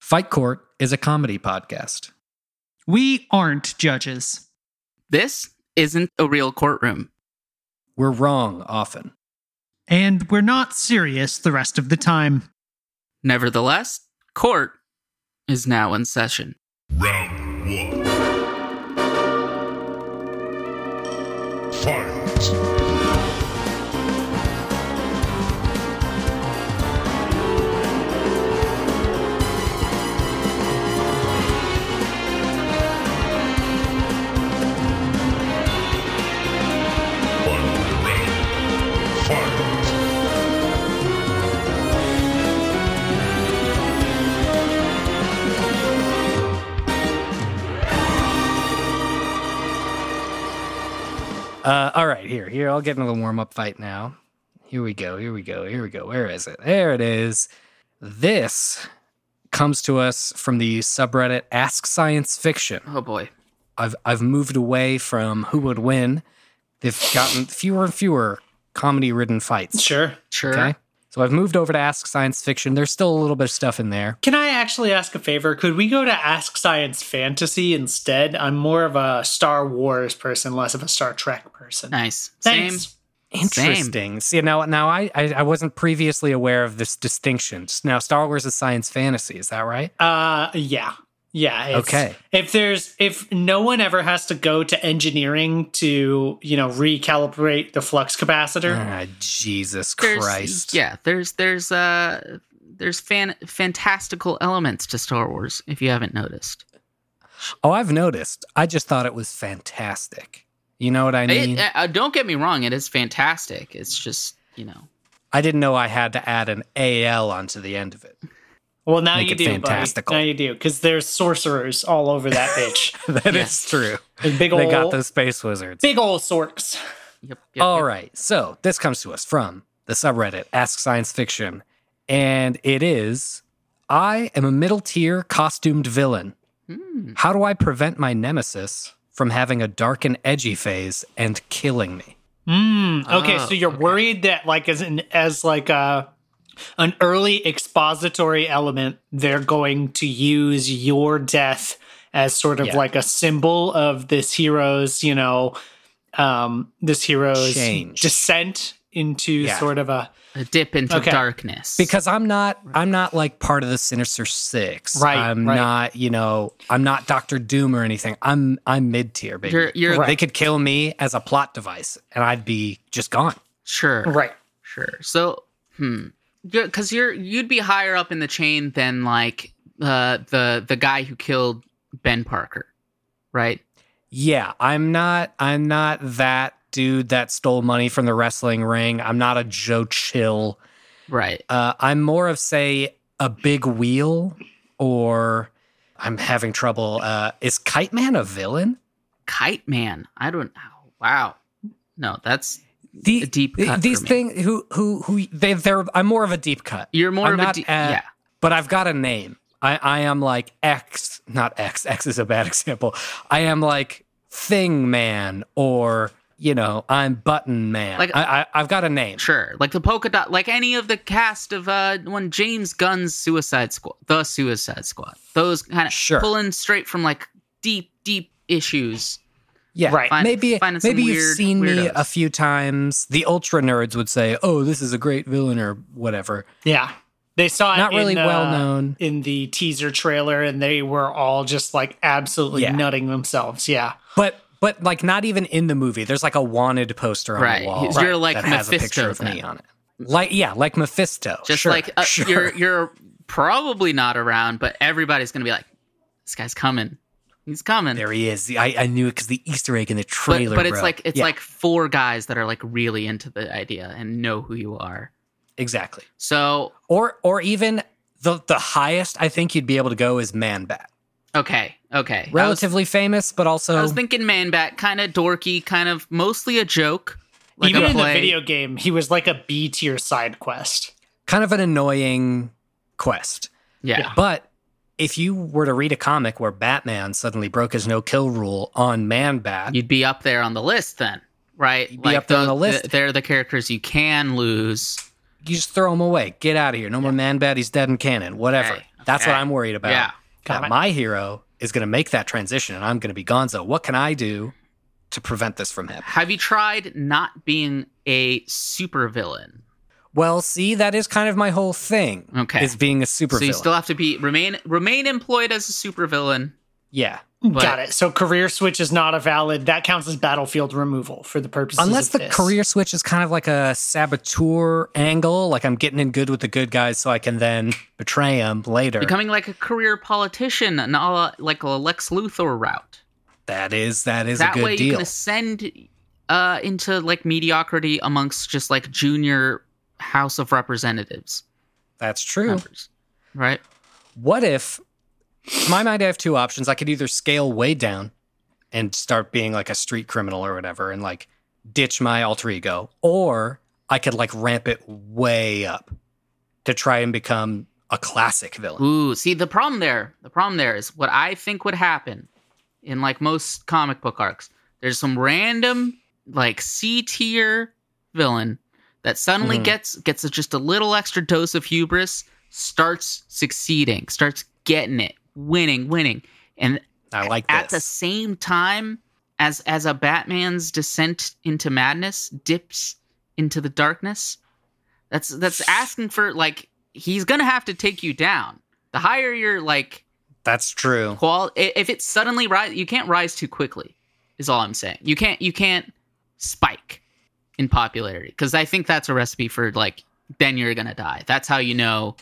Fight Court is a comedy podcast. We aren't judges. This isn't a real courtroom. We're wrong often. And we're not serious the rest of the time. Nevertheless, court is now in session. Round one. Fight. Final round. Fight. Uh, all right, here, here. I'll get into the warm up fight now. Here we go. Here we go. Here we go. Where is it? There it is. This comes to us from the subreddit Ask Science Fiction. Oh boy. I've I've moved away from who would win. They've gotten fewer and fewer comedy ridden fights. Sure. Sure. Okay. So I've moved over to Ask Science Fiction. There's still a little bit of stuff in there. Can I actually ask a favor? Could we go to Ask Science Fantasy instead? I'm more of a Star Wars person, less of a Star Trek person. Nice. Thanks. Same. Interesting. See now now I, I I wasn't previously aware of this distinction. Now Star Wars is science fantasy, is that right? Uh, yeah, yeah. it's- Okay. If there's if no one ever has to go to engineering to you know recalibrate the flux capacitor, Ah, Jesus There's- Christ. Yeah, there's there's uh there's fan fantastical elements to Star Wars if you haven't noticed. Oh, I've noticed. I just thought it was fantastic. You know what I mean? It- uh, uh, don't get me wrong, it is fantastic. It's just, you know. I didn't know I had to add an AL onto the end of it. well now Make you it do, fantastical. buddy. Now you do because there's sorcerers all over that bitch. That is Yes. true. And big They old got those space wizards. big old sorks. Yep, yep, All yep. right. So this comes to us from the subreddit Ask Science Fiction. And it is I am a middle tier costumed villain. Hmm. How do I prevent my nemesis from having a dark and edgy phase and killing me? Mm, Ah, okay, Oh, so you're okay. worried that like as an as like a an early expository element, they're going to use your death as sort of Yeah. like a symbol of this hero's, you know, um, this hero's Change. descent into Yeah. sort of a A dip into Okay. darkness. Because I'm not I'm not like part of the Sinister Six. Right, I'm right. not, you know, I'm not Doctor Doom or anything. I'm I'm mid tier, baby. you're you're They could kill me as a plot device and I'd be just gone. sure. right. Sure. So, hmm, because you're you'd be higher up in the chain than like uh, the the guy who killed Ben Parker, right? Yeah, I'm not I'm not that dude that stole money from the wrestling ring. I'm not a Joe Chill. Right. Uh, I'm more of say a big wheel or I'm having trouble. Uh, is Kite Man a villain? Kite Man. I don't. oh, Wow. No, that's The, A deep the- cut these for me. thing who who who they they're I'm more of a deep cut, you're more I'm of not, a D- uh, yeah. but I've got a name. I I am like X, not X. X is a bad example. I am like Thing Man or you know I'm Button Man. Like- I, I I've got a name. Sure. Like the polka dot. Like any of the cast of uh one James Gunn's Suicide Squad, the Suicide Squad. Those kind of Sure. pulling straight from like deep deep issues. Yeah, Right. Find- maybe finding some maybe you've weird seen me weirdos. a few times. The ultra nerds would say, "Oh, this is a great villain" or whatever. Yeah. They saw it Not really in, uh, well known. in the teaser trailer and they were all just like absolutely Yeah. nutting themselves. Yeah. But but like not even in the movie. There's like a wanted poster on Right. the wall. You're like that has a Mephisto picture of me then. on it. Like yeah, like Mephisto. just Sure, like uh, sure. you're you're probably not around, but everybody's gonna be like, this guy's coming, he's coming. there he is. I, I knew it because the Easter egg in the but trailer. but it's bro. like it's Yeah, like four guys that are like really into the idea and know who you are. exactly. So Or or even the the highest I think you'd be able to go is Man Bat. okay, okay. I was, Relatively famous, but also I was thinking man bat, kind of dorky, kind of mostly a joke. Like Even a in play. the video game, he was like a B tier side quest. kind of an annoying quest. yeah. yeah. But if you were to read a comic where Batman suddenly broke his no kill rule on Man Bat, you'd be up there on the list then, right? be up there on the list. th- they're the characters you can lose. you just throw him away. Get out of here. No more Man Bat. He's dead in canon. Whatever. Okay, That's what Okay. I'm worried about. Yeah. That Got it. my hero is going to make that transition and I'm going to be Gonzo. What can I do to prevent this from happening? Have you tried not being a supervillain? Well, see, that is kind of my whole thing. Okay. Is being a super So you still have to be remain remain employed as a supervillain. yeah. But- Got it. So career switch is not a valid. That counts as battlefield removal for the purposes. Unless of the this. career switch is kind of like a saboteur angle, like I'm getting in good with the good guys so I can then betray them later. Becoming like a career politician, and a la, like a Lex Luthor route. that is that is that a good way you deal. can ascend uh, into like mediocrity amongst just like junior House of Representatives That's true. members, right? What if, in my mind, I have two options. I could either scale way down and start being like a street criminal or whatever and like ditch my alter ego, or I could like ramp it way up to try and become a classic villain. Ooh, see the problem there. The problem there is what I think would happen in like most comic book arcs. There's some random like C tier villain that suddenly Mhm. gets gets a, just a little extra dose of hubris, starts succeeding, starts getting it, winning, winning, and I like at the this. same time as as a Batman's descent into madness dips into the darkness. That's that's asking for like he's gonna have to take you down. The higher your like That's true. qual, i- if it suddenly rise, you can't rise too quickly. Is all I'm saying. You can't you can't spike in popularity because I think that's a recipe for like then you're gonna die. That's how you know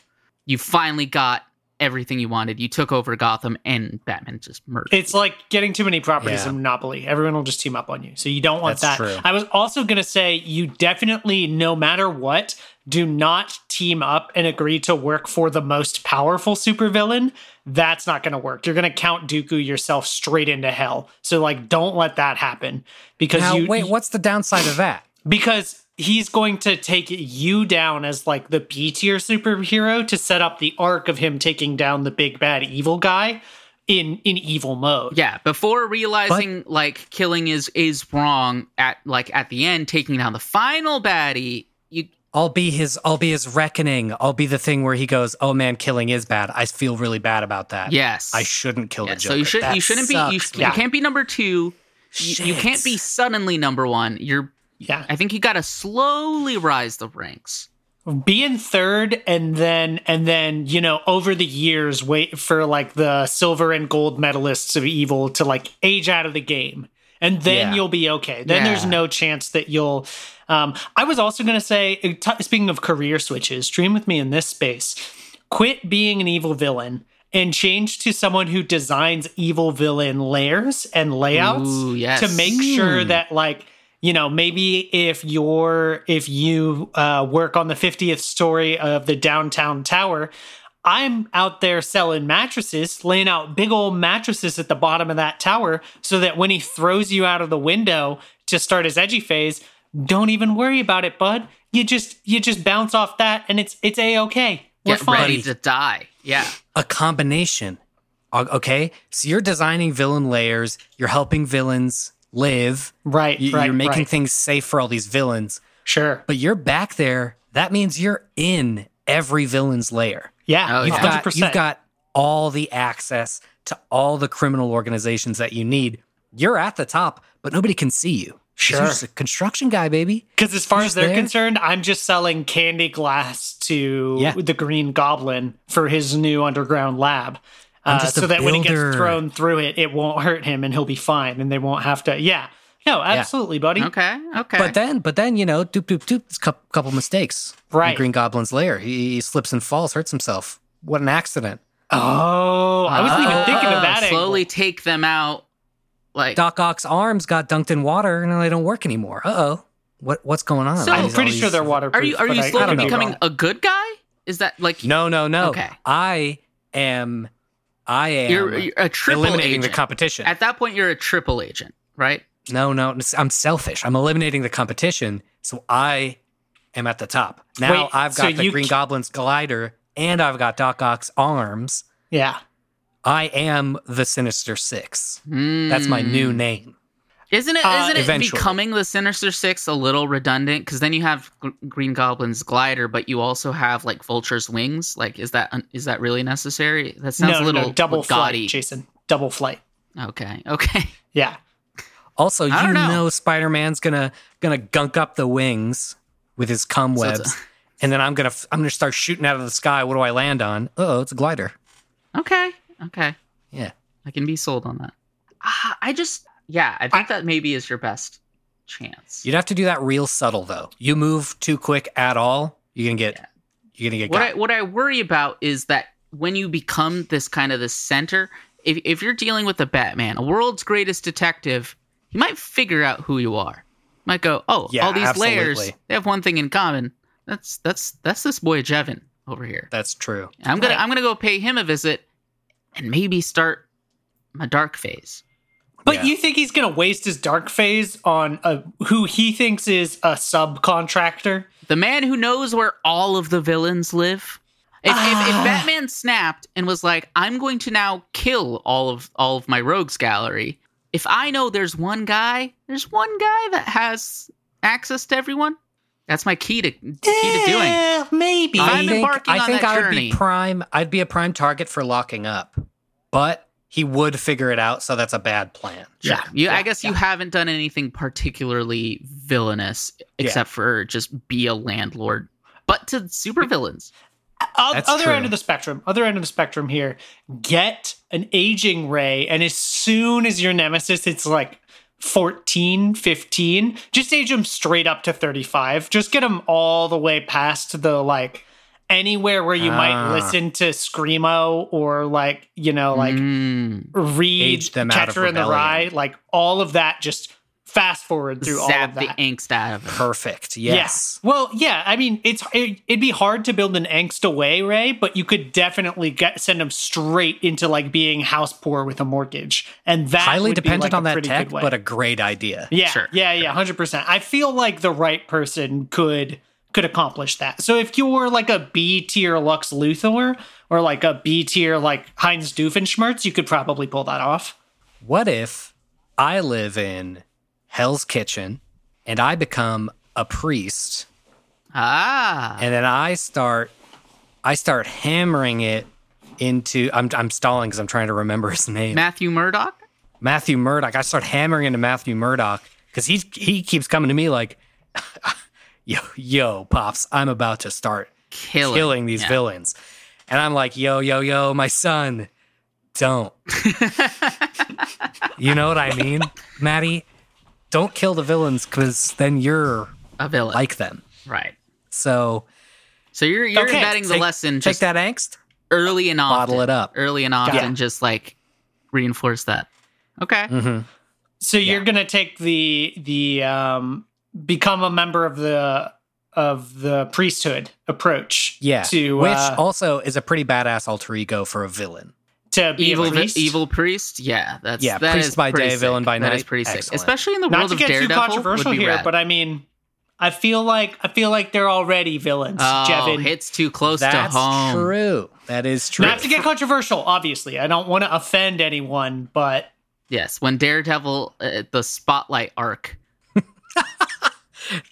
you finally got everything you wanted. You took over Gotham and Batman just murdered. It's like getting too many properties Yeah. in Monopoly. Everyone will just team up on you. So you don't want That's that. true. I was also going to say you definitely, no matter what, do not team up and agree to work for the most powerful supervillain. That's not going to work. You're going to count Dooku yourself straight into hell. So like don't let that happen because Now, you wait, what's the downside of that? because he's going to take you down as like the B tier superhero to set up the arc of him taking down the big bad evil guy in in evil mode. Yeah, before realizing like killing is is wrong at like at the end, taking down the final baddie, you I'll be his I'll be his reckoning. I'll be the thing where he goes, "Oh man, killing is bad. I feel really bad about that. yes, I shouldn't kill Yeah, the Joker." so you should That you shouldn't be you, sucks, sh- man. you can't be number two. You, you Shit. can't be suddenly number one. You're Yeah. I think you gotta slowly rise the ranks. be in third and then and then you know over the years wait for like the silver and gold medalists of evil to like age out of the game and then Yeah. you'll be okay then there's Yeah. no chance that you'll um i was also going to say t- speaking of career switches dream with me in this space quit being an evil villain and change to someone who designs evil villain layers and layouts Ooh, yes. to make sure that like you know maybe if you're if you uh, work on the 50th story of the downtown tower i'm out there selling mattresses laying out big old mattresses at the bottom of that tower so that when he throws you out of the window to start his edgy phase don't even worry about it bud you just you just bounce off that and it's it's a-okay we're Get fine ready to die. Yeah. a combination. O- Okay, so you're designing villain layers. You're helping villains live. right You- right you're making right. things safe for all these villains. sure But you're back there. That means you're in every villain's layer. yeah Oh, you've You've yeah. got 100%. you've got all the access to all the criminal organizations that you need. You're at the top, but nobody can see you. 'Cause You're Sure. just a construction guy, baby. Because as far Who's as they're there? concerned, I'm just selling candy glass to Yeah. the Green Goblin for his new underground lab. I'm Uh, just a so that when he builder. gets thrown through it, it won't hurt him and he'll be fine and they won't have to. Yeah. No, absolutely, buddy. Okay. Okay. But then, but then you know, doop doop doop. There's a couple, couple mistakes. in Right. Green Goblin's lair. He, he slips and falls, hurts himself. What an accident. Oh, I wasn't even Oh, thinking of that. Slowly angle. take them out. Like Doc Ock's arms got dunked in water and now they don't work anymore. Uh oh. What what's going on? So- All I'm these- pretty all these- sure they're waterproof. are you are but you I- I slowly could be becoming wrong. a good guy? Is that like No, no, no. Okay. I am I am you're, you're a triple eliminating agent? the competition. At that point, you're a triple agent, right? no, no, I'm selfish. I'm eliminating the competition, so I am at the top. Now Wait, I've so got the you Green c- Goblin's glider and I've got Doc Ock's arms. Yeah. I am the Sinister Six. That's my Hmm. new name. Isn't it? Uh, not it eventually. becoming the Sinister Six a little redundant? Because then you have Gr- Green Goblin's glider, but you also have like Vulture's wings. Like, is that is that really necessary? That sounds no, a little no, double gaudy. flight, Jason. Double flight. Okay, okay. Yeah. Also, I you don't know, know. Spider-Man's gonna gonna gunk up the wings with his cum So it's- webs, and then I'm gonna f- I'm gonna start shooting out of the sky. What do I land on? Oh, it's a glider. Okay, okay. Yeah. I can be sold on that. Ah, I just, yeah, I think that maybe is your best chance. You'd have to do that real subtle though. You move too quick at all, you're gonna get Yeah. you're gonna get what got. I, what I worry about is that when you become this kind of the center, if, if you're dealing with the Batman, a world's greatest detective, he might figure out who you are. Might go, oh, Yeah, all these layers, absolutely. they have one thing in common. That's that's that's this boy Jevin over here. That's true. I'm gonna I'm gonna go pay him a visit, and maybe start my dark phase. But Yeah. you think he's going to waste his dark phase on a, who he thinks is a subcontractor? The man who knows where all of the villains live. If, if, if Batman snapped and was like, "I'm going to now kill all of all of my rogues gallery," if I know there's one guy, there's one guy that has access to everyone. That's my key to key to doing. Eh, maybe. I'm I- embarking I on think that I would journey. be prime. I'd be a prime target for locking up, but he would figure it out. So that's a bad plan. Yeah, you, I guess you haven't done anything particularly villainous except for just be a landlord. But to supervillains, O- That's other true. end of the spectrum. Other end of the spectrum here. Get an aging ray, and as soon as your nemesis, it's like 14, 15, just age them straight up to 35. Just get them all the way past the like anywhere where you Ah. might listen to Screamo or like, you know, like Mm, read Mm-hmm. Age them out of Catcher in the rebellion. Rye. Like all of that, just fast forward through all zap of the that. angst out of it. Perfect. Yeah. Yes. Well, yeah. I mean, it's it, it'd be hard to build an angst away Ray, but you could definitely get send them straight into like being house poor with a mortgage, and that Highly would be, dependent like, a on that pretty tech, good way. but a great idea. yeah, Sure. yeah, yeah, hundred percent. I feel like the right person could could accomplish that. So if you're like a B tier Lux Luthor or like a B tier like Heinz Doofenshmirtz, you could probably pull that off. What if I live in Hell's Kitchen and I become a priest Ah, and then I start I start hammering it into I'm I'm stalling cuz I'm trying to remember his name. Matthew Murdock. Matthew Murdoch. I start hammering into Matthew Murdoch because he he keeps coming to me like, yo yo pops, I'm about to start killing, killing, these yeah. villains, and I'm like yo yo yo my son, don't. you know what I mean, Maddie? Don't kill the villains because then you're a villain. like them. right. So So you're you're Okay, embedding the take- lesson take just that angst. early and often. bottle it up. early and often. Just like reinforce that. Okay. Mm. Mm-hmm. So you're gonna take the the um become a member of the of the priesthood approach. Yeah, To which uh, also is a pretty badass alter ego for a villain. to be evil Evil vi- priest. evil priest. Yeah, that's Yeah, that priest is by pretty day, sick. villain by That night. is pretty sick, Excellent. especially in the Not world to of get too Daredevil. controversial would be here, rad. but I mean, I feel like I feel like they're already villains, oh, Jevin. hits too close That's to home. true. That is true. Not to get controversial, obviously. I don't want to offend anyone, but Yes, when Daredevil, uh, the spotlight arc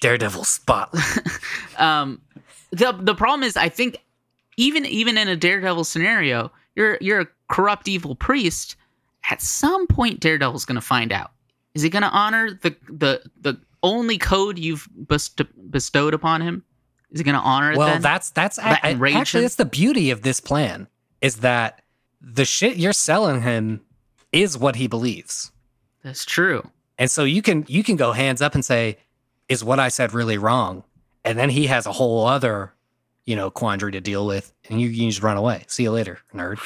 Daredevil spotlight. um the the problem is i think even even in a daredevil scenario you're you're a corrupt evil priest at some point daredevil's gonna find out is he gonna honor the the the only code you've best- bestowed upon him is he gonna honor it Well, then? that's that's That I- I- enrage actually him? that's the beauty of this plan is that the shit you're selling him is what he believes, that's true and so you can you can go hands up and say, "Is what I said really wrong?" And then he has a whole other, you know, quandary to deal with, and you, you just run away. See you later, nerd.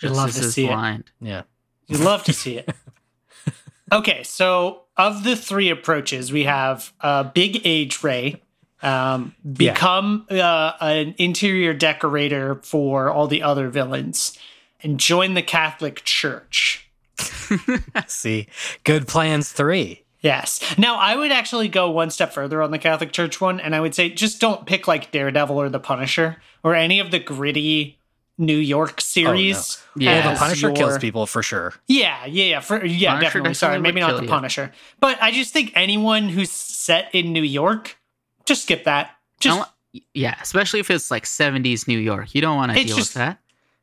You'd love Justice to is see it. blind Yeah, You'd love to see it. okay, so of the three approaches, we have uh, Big Age Ray, um, Yeah. become uh, an interior decorator for all the other villains, and join the Catholic Church. see, good plans three. Yes. Now, I would actually go one step further on the Catholic Church one, and I would say just don't pick like Daredevil or the Punisher or any of the gritty New York series. Yeah. Well, as Oh, the Punisher your- kills people for sure. Yeah, yeah, yeah, for, yeah, Punisher definitely. definitely Sorry, would maybe not kill the you. Punisher, but I just think anyone who's set in New York, just skip that. Just Don't- yeah, especially if it's like 70s New York. You don't want to It's deal just- with that.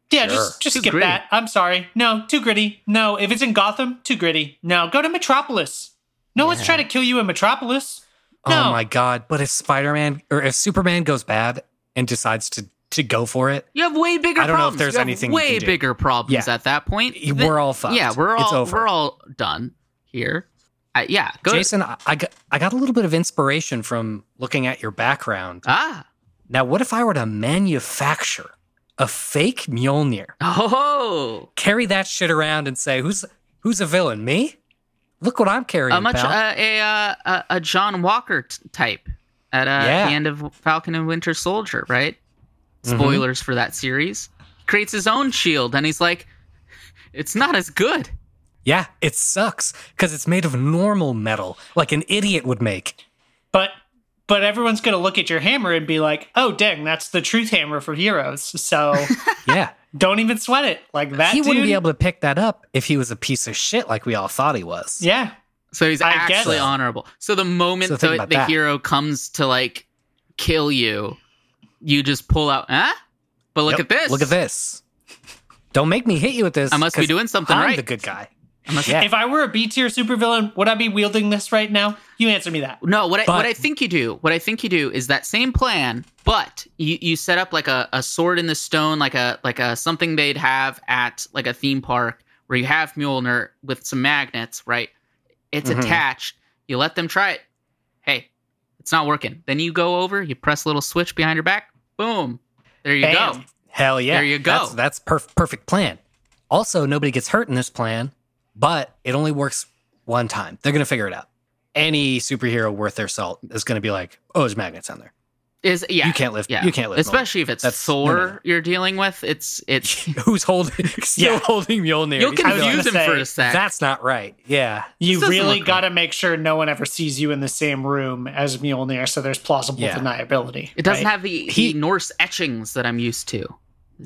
yeah, Sure. just just Too skip gritty. that. I'm sorry. No, too gritty. No, if it's in Gotham, too gritty. No, go to Metropolis. No one's Yeah. trying to kill you in Metropolis. No. Oh my god! But if Spider Man or if Superman goes bad and decides to to go for it, You have way bigger I don't know problems. if there's You have anything you way can do. bigger problems Yeah. at that point. y- Th- we're all fucked. Yeah, we're all it's over. we're all done here. I, yeah, go Jason, I, I got I got a little bit of inspiration from looking at your background. ah. Now, what if I were to manufacture a fake Mjolnir, Oh, carry that shit around, and say, "Who's who's a villain? Me? Look what I'm carrying, a much pal." uh, a, uh, a a John Walker t- type at uh, Yeah. the end of Falcon and Winter Soldier, right? Mhm. Spoilers for that series. He creates his own shield, and he's like, "It's not as good." yeah, it sucks because it's made of normal metal, like an idiot would make. But but everyone's gonna look at your hammer and be like, oh dang, that's the truth hammer for heroes. So Yeah, don't even sweat it. Like that he dude. wouldn't be able to pick that up if he was a piece of shit like we all thought he was. yeah, So he's I guess- actually honorable. So the moment So think the, about the that. hero comes to like kill you, you just pull out, huh? But look Yep, at this. Look at this. Don't make me hit you with this. I must be 'cause doing something I'm right. the good guy. I must- Yeah. If I were a B tier supervillain, would I be wielding this right now? You answer me that. No, what I, what But- I think you do, what I think you do is that same plan, but you, you set up like a, a sword in the stone, like a like a something they'd have at like a theme park where you have Mjolnir with some magnets, right? It's Mhm. attached. You let them try it. Hey, it's not working. Then you go over, you press a little switch behind your back. Boom. There you Bam. go. Hell yeah. There you go. That's, that's perf- perfect plan. Also, nobody gets hurt in this plan, but it only works one time. They're going to figure it out. Any superhero worth their salt is going to be like, oh, there's magnets on there. Is yeah. You can't lift. yeah. You can't lift. Especially if it's That's- no, Thor no, no. you're dealing with. It's it's Mjolnir. who's holding, still Yeah. holding Mjolnir. you'll He's gonna be confuse confuse like, him for say, a sec. That's not right. Yeah. You doesn't really look got to make sure no one ever sees you in the same room as Mjolnir, so there's plausible Yeah. deniability. It doesn't right? have the, He- the Norse etchings that I'm used to.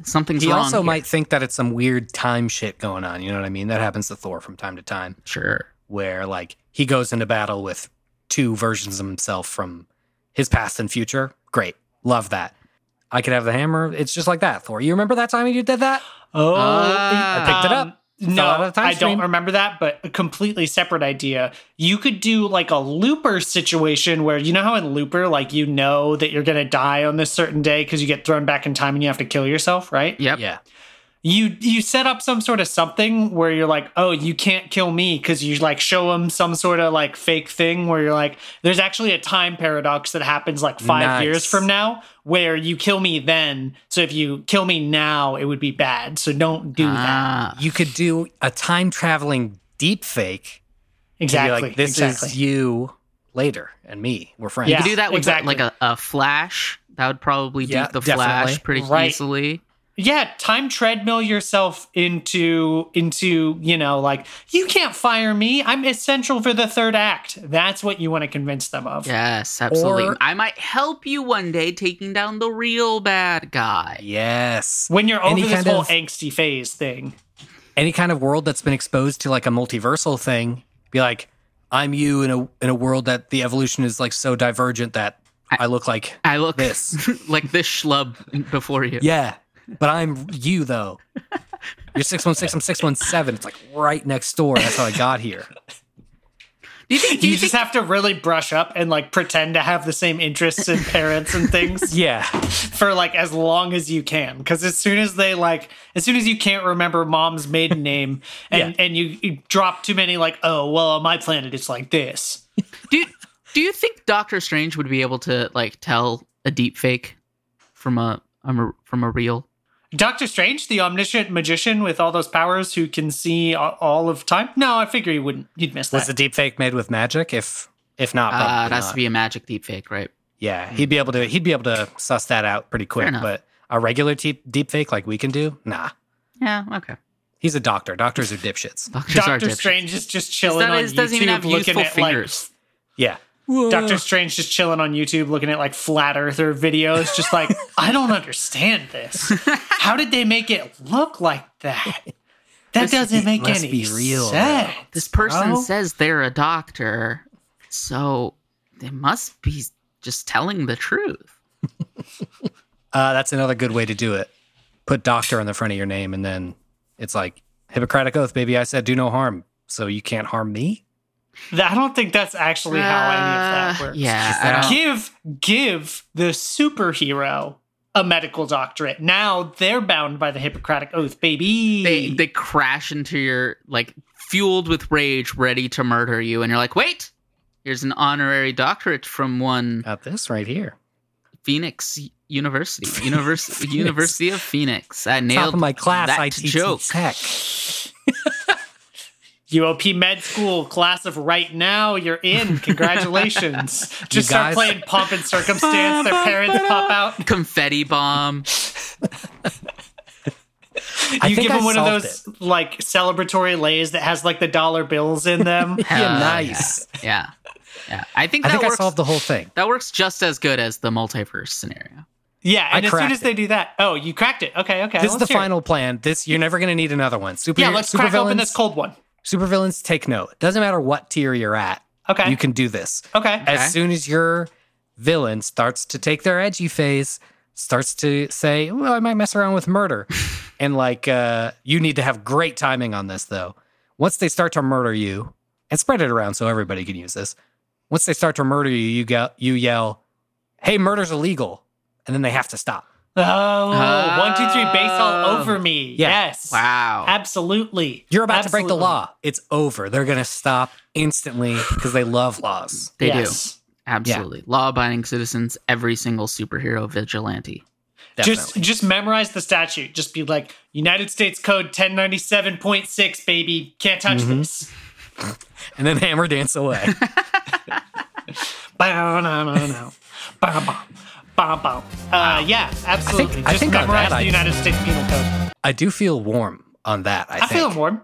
Something's He wrong. also here. might think that it's some weird time shit going on. You know what I mean? That happens to Thor from time to time. sure. where like he goes into battle with two versions of himself from his past and future. Great. Love that. I could have the hammer. It's just like that, Thor. You remember that time you did that? Oh, Ah. I picked it up. Um, No, out of the time I stream. don't remember that, but a completely separate idea. You could do like a looper situation where you know how in looper, like you know that you're gonna die on this certain day because you get thrown back in time and you have to kill yourself, right? Yep. Yeah. you you set up some sort of something where you're like, oh, you can't kill me because you like show them some sort of like fake thing where you're like, there's actually a time paradox that happens like five Nice. years from now where you kill me then. So if you kill me now, it would be bad. So don't do that. Ah, You could do a time traveling deep fake. to be Exactly. Like, this exactly. is you later and me. We're friends. Yeah. you do that with exactly. like a, a flash. That would probably Yeah, do the definitely. flash pretty Right. easily. yeah time treadmill yourself into into you know like you can't fire me i'm essential for the third act that's what you want to convince them of Yes, absolutely. Or- I might help you one day taking down the real bad guy. Yes. when you're over Any this kind whole of- angsty phase thing any kind of world that's been exposed to like a multiversal thing be like i'm you in a in a world that the evolution is like so divergent that i, look like I look This. like this schlub before you. yeah but i'm you though you're 616 i'm 617 it's like right next door that's how i got here Do you think? Do you, you, just think, have to really brush up and like pretend to have the same interests and parents and things yeah for like as long as you can because as soon as they like as soon as you can't remember mom's maiden name and and you, you drop too many like oh well on my planet it's like this do, do you think Doctor Strange would be able to like tell a deep fake from a from a, from a real? Doctor Strange, the omniscient magician with all those powers who can see a- all of time? No, I figure he wouldn't. He'd miss was that. the deep fake made with magic if if not probably Uh, it has not. to be a magic deep fake, right? yeah he'd be able to he'd be able to suss that out pretty quick enough. but a regular deep, deep fake like we can do nah Yeah, okay. he's a doctor doctors are dipshits Doctors are Doctor dipshits. Strange is just chilling That on is- doesn't even YouTube have looking useful at fingers. yeah Doctor Strange just chilling on YouTube looking at like flat earther videos, just like, I don't understand this. How did they make it look like that? That doesn't make must any be real, sense. This person bro. says they're a doctor, so they must be just telling the truth. Uh, that's another good way to do it. Put doctor on the front of your name, and then it's like Hippocratic oath, baby. I said do no harm, so you can't harm me. That- I don't think that's actually how any of that Uh, works. Yeah. that- I don't- Give give the superhero a medical doctorate. Now they're bound by the Hippocratic Oath, baby. they, they crash into your, like, fueled with rage, ready to murder you. And you're like, wait, here's an honorary doctorate from one Got this right here. Phoenix University. University, Phoenix. University of Phoenix. I nailed Top of my class, that I teach joke. tech. UOP Med School class of right now, you're in. Congratulations. Just You start guys- playing Pomp and Circumstance. Their parents pop out. Confetti bomb. I You think give I them one of solved those like celebratory lays that has like the dollar bills in them. It. Yeah, Uh, nice. Yeah. Yeah. I think I that think I works. solved the whole thing. that works just as good as the multiverse scenario. yeah, I and as soon cracked as they do that, oh, you cracked it. Okay, okay. This is the let's hear it. final plan. This you're never going to need another one. Super, Yeah, let's crack open supervillains- this cold one. supervillains take note. Doesn't matter what tier you're at, Okay. you can do this. okay. Okay. As soon as your villain starts to take their edgy phase, starts to say, "Well, I might mess around with murder," and like uh, you need to have great timing on this though. Once they start to murder you, and spread it around so everybody can use this. Once they start to murder you, you go, you yell, "Hey, murder's illegal!" And then they have to stop. Oh, one, two, three, base all Oh. over me. Yeah. Yes. Wow. Absolutely. You're about to break the Absolutely. law. It's over. They're gonna stop instantly because they love laws. They do. Yes. Absolutely. Law abiding citizens, every single superhero vigilante. Definitely. Just just memorize the statute. Just be like United States Code 1097.6, baby. Can't touch Mm-hmm. this. and then hammer dance away. Ba-na-na-na-na. Ba-ba. Ba-ba. Uh, yeah, I absolutely. think just on memorize that I- the United States Penal Code. I do feel warm on that. I, I think. feel warm.